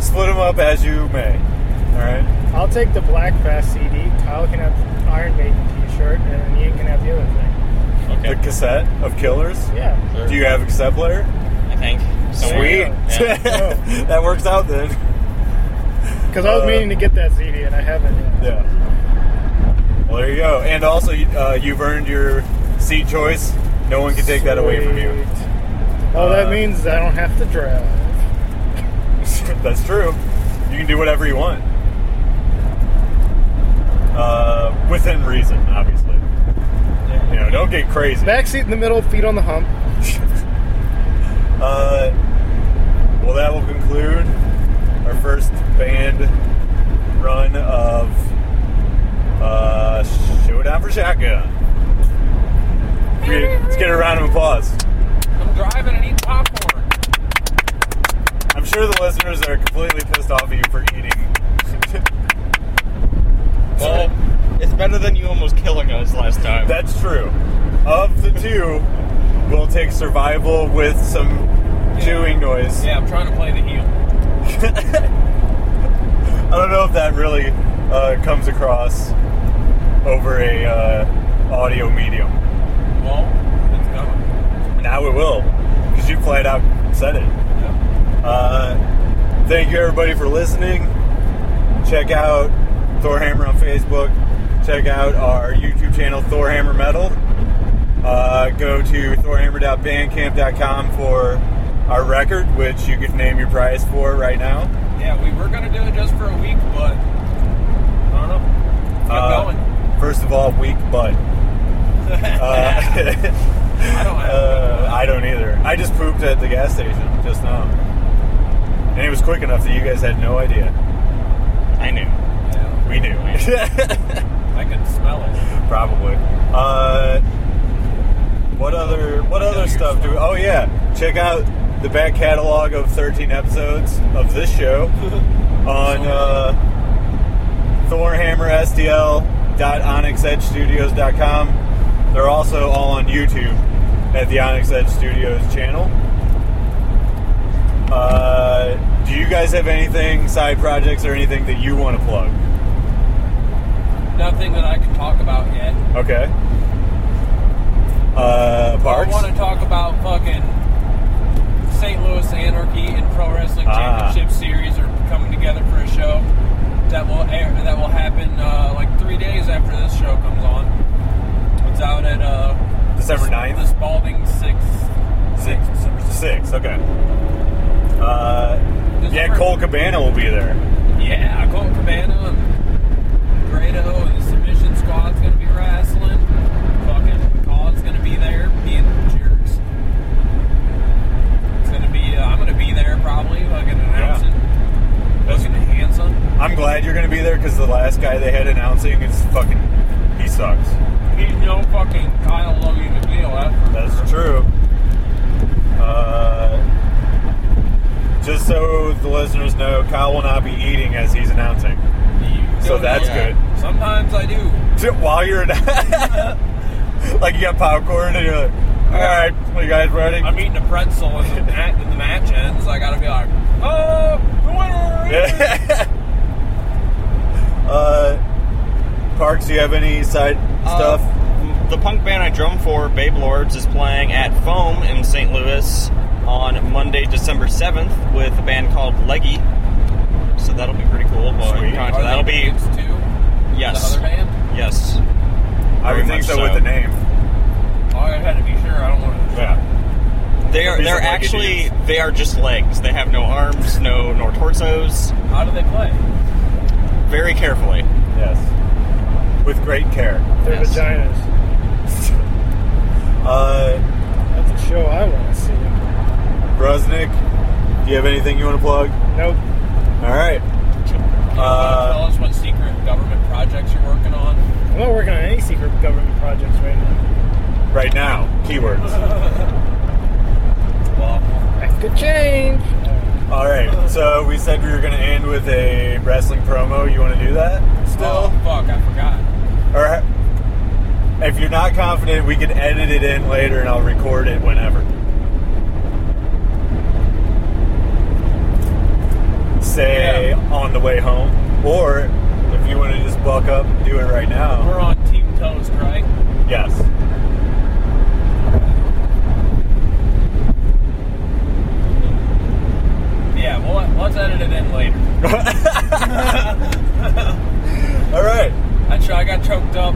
Split them up as you may. All right.
I'll take the Black Bass CD. Kyle can have the Iron Maiden T-shirt, and then Ian can have the other thing.
Okay.
The cassette of Killers.
Yeah.
Sure.
Do you have a cassette player?
I think.
Sweet.
Somewhere. Yeah.
<laughs>
Yeah.
that works out then.
Because I was
Uh,
meaning to get that CD, and I haven't yet.
Yeah. Well, there you go. And also, uh, you've earned your seat choice. No one can take that away from you.
Sweet. Oh, that
Uh,
means I don't have to drive.
<laughs> That's true. You can do whatever you want. Uh, within reason, obviously.
Yeah.
You know, don't get crazy.
Backseat in the middle, feet on the hump.
Uh, well, that will conclude our first band run of uh, Showdown for Shotgun. Let's get a round of applause.
I'm driving and eating popcorn.
I'm sure the listeners are completely pissed off at you for eating. <laughs>
Well, it's better than you almost killing us last time.
That's true. Of the two, we'll take survival with some chewing noise.
Yeah, I'm trying to play the heel.
I don't know if that really uh, comes across over a uh, audio medium.
Well, it's going.
Now it will, because you flat out said it.
Yep.
Uh, thank you everybody for listening. Check out Thorhammer on Facebook. Check out our YouTube channel, Thorhammer Metal. Uh, go to thorhammer.bandcamp.com for our record, which you can name your prize for right now.
Yeah, we were gonna do it just for a week, but I don't know. Kept
Uh,
going.
First of all, weak butt. Uh, <laughs>
I don't have.
uh, I don't either. I just pooped at the gas station just now. And it was quick enough that you guys had no idea.
I knew.
yeah,
We knew.
I could smell
<laughs>
it.
Probably. Uh, what other what other stuff do? We, oh yeah, check out the back catalog of 13 episodes of this show on uh, thorhammersdl.onyxedgestudios.com. They're also all on YouTube at the Onyx Edge Studios channel. Uh, do you guys have anything side projects or anything that you want to plug?
Nothing that I can talk about yet.
Okay. Uh,
I
parks.
want to talk about fucking St. Louis Anarchy and Pro Wrestling
Ah.
Championship Series are coming together for a show that will air, that will happen uh, like three days after this show comes on. It's out at uh,
December 9th?
The Spalding Six Six December sixth.
Six. Okay. Uh,
This
yeah,
part-
Cole Cabana will be there.
Yeah, Colt Cabana and Grado and the Submission Squad's gonna be wrestling. Fucking Todd's gonna be there, being jerks. It's gonna be. Uh, I'm gonna be there probably, fucking announcing. Fucking handsome.
I'm glad you're going to be there because the last guy they had announcing is fucking. He sucks.
He's no fucking Kyle Logan McNeil. That's for
That's true. Uh, just so the listeners know, Kyle will not be eating as he's announcing. <laughs>
You
So
don't
that's
know
good.
that. Sometimes I do.
While you're <laughs> like you got popcorn and you're like, all right, are you guys ready?
I'm eating a pretzel and the, mat, and the match ends. I gotta be like, oh, the winner. is-"
<laughs> uh, <laughs> Parks, do you have any side stuff?
Uh, the punk band I drum for, Babe Lords, is playing at Foam in St. Louis on Monday, December 7th, with a band called Leggy. So that'll be pretty cool. But
Sweet.
uh,
Are they
that'll be
dudes too?
yes,
The other band.
yes.
I would
very
think
much
so,
so.
with the name.
Oh, I had to be sure. I don't want to.
Yeah.
They are
These are
they're
leggy
actually
dudes.
they are just legs. They have no arms, no nor torsos.
How do they play?
Very carefully.
Yes. With great care.
They're
Yes.
vaginas.
Uh,
That's a show I want to see.
Brusnik, do you have anything you want to plug?
Nope.
All right.
You
Uh,
wanna tell us what secret government projects you're working on.
I'm not working on any secret government projects right now.
Right now, keywords.
Well,
That could change.
All right. So we said we were going to end with a wrestling promo. You want to do that still?
oh, fuck, I forgot.
Or ha- if you're not confident, we can edit it in later, and I'll record it whenever. Say
Yeah.
on the way home, or if you want to just buck up, and do it right now.
We're on Team Toast, right?
Yes.
Yeah. Well, let's edit it in later.
All right.
Actually, I got choked up.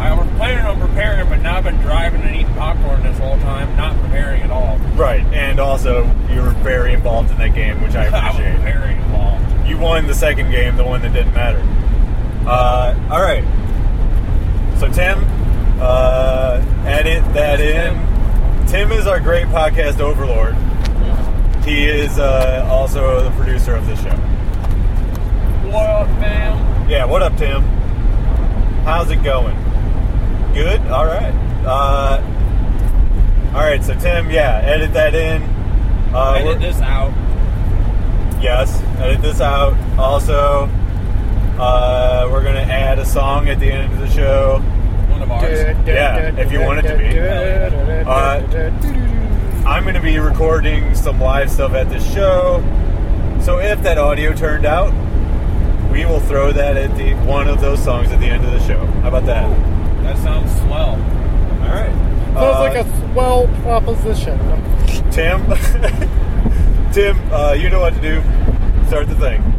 I was planning on preparing, but now I've been driving and eating popcorn this whole time, not preparing at all.
Right. And also, you were very involved in that game, which I
<laughs> I was
appreciate.
very involved.
You won the second game, the one that didn't matter. Uh, all right. So Tim, uh, edit that in. Tim is our great podcast overlord. He is uh, also the producer of this show.
What up, fam?
Yeah, what up, Tim? How's it going? Good. All right. Uh, all right. So Tim, yeah, edit that in. Uh,
I
we're-
did this out.
Yes, edit this out. Also, uh, we're gonna add a song at the end of the show.
One of ours.
Yeah, if you want it to be. Uh, I'm gonna be recording some live stuff at this show, so if that audio turned out, we will throw that at the one of those songs at the end of the show. How about that?
That sounds swell.
All right.
Sounds
Uh,
like a swell proposition.
<laughs> Tim. Tim, uh, you know what to do. Start the thing.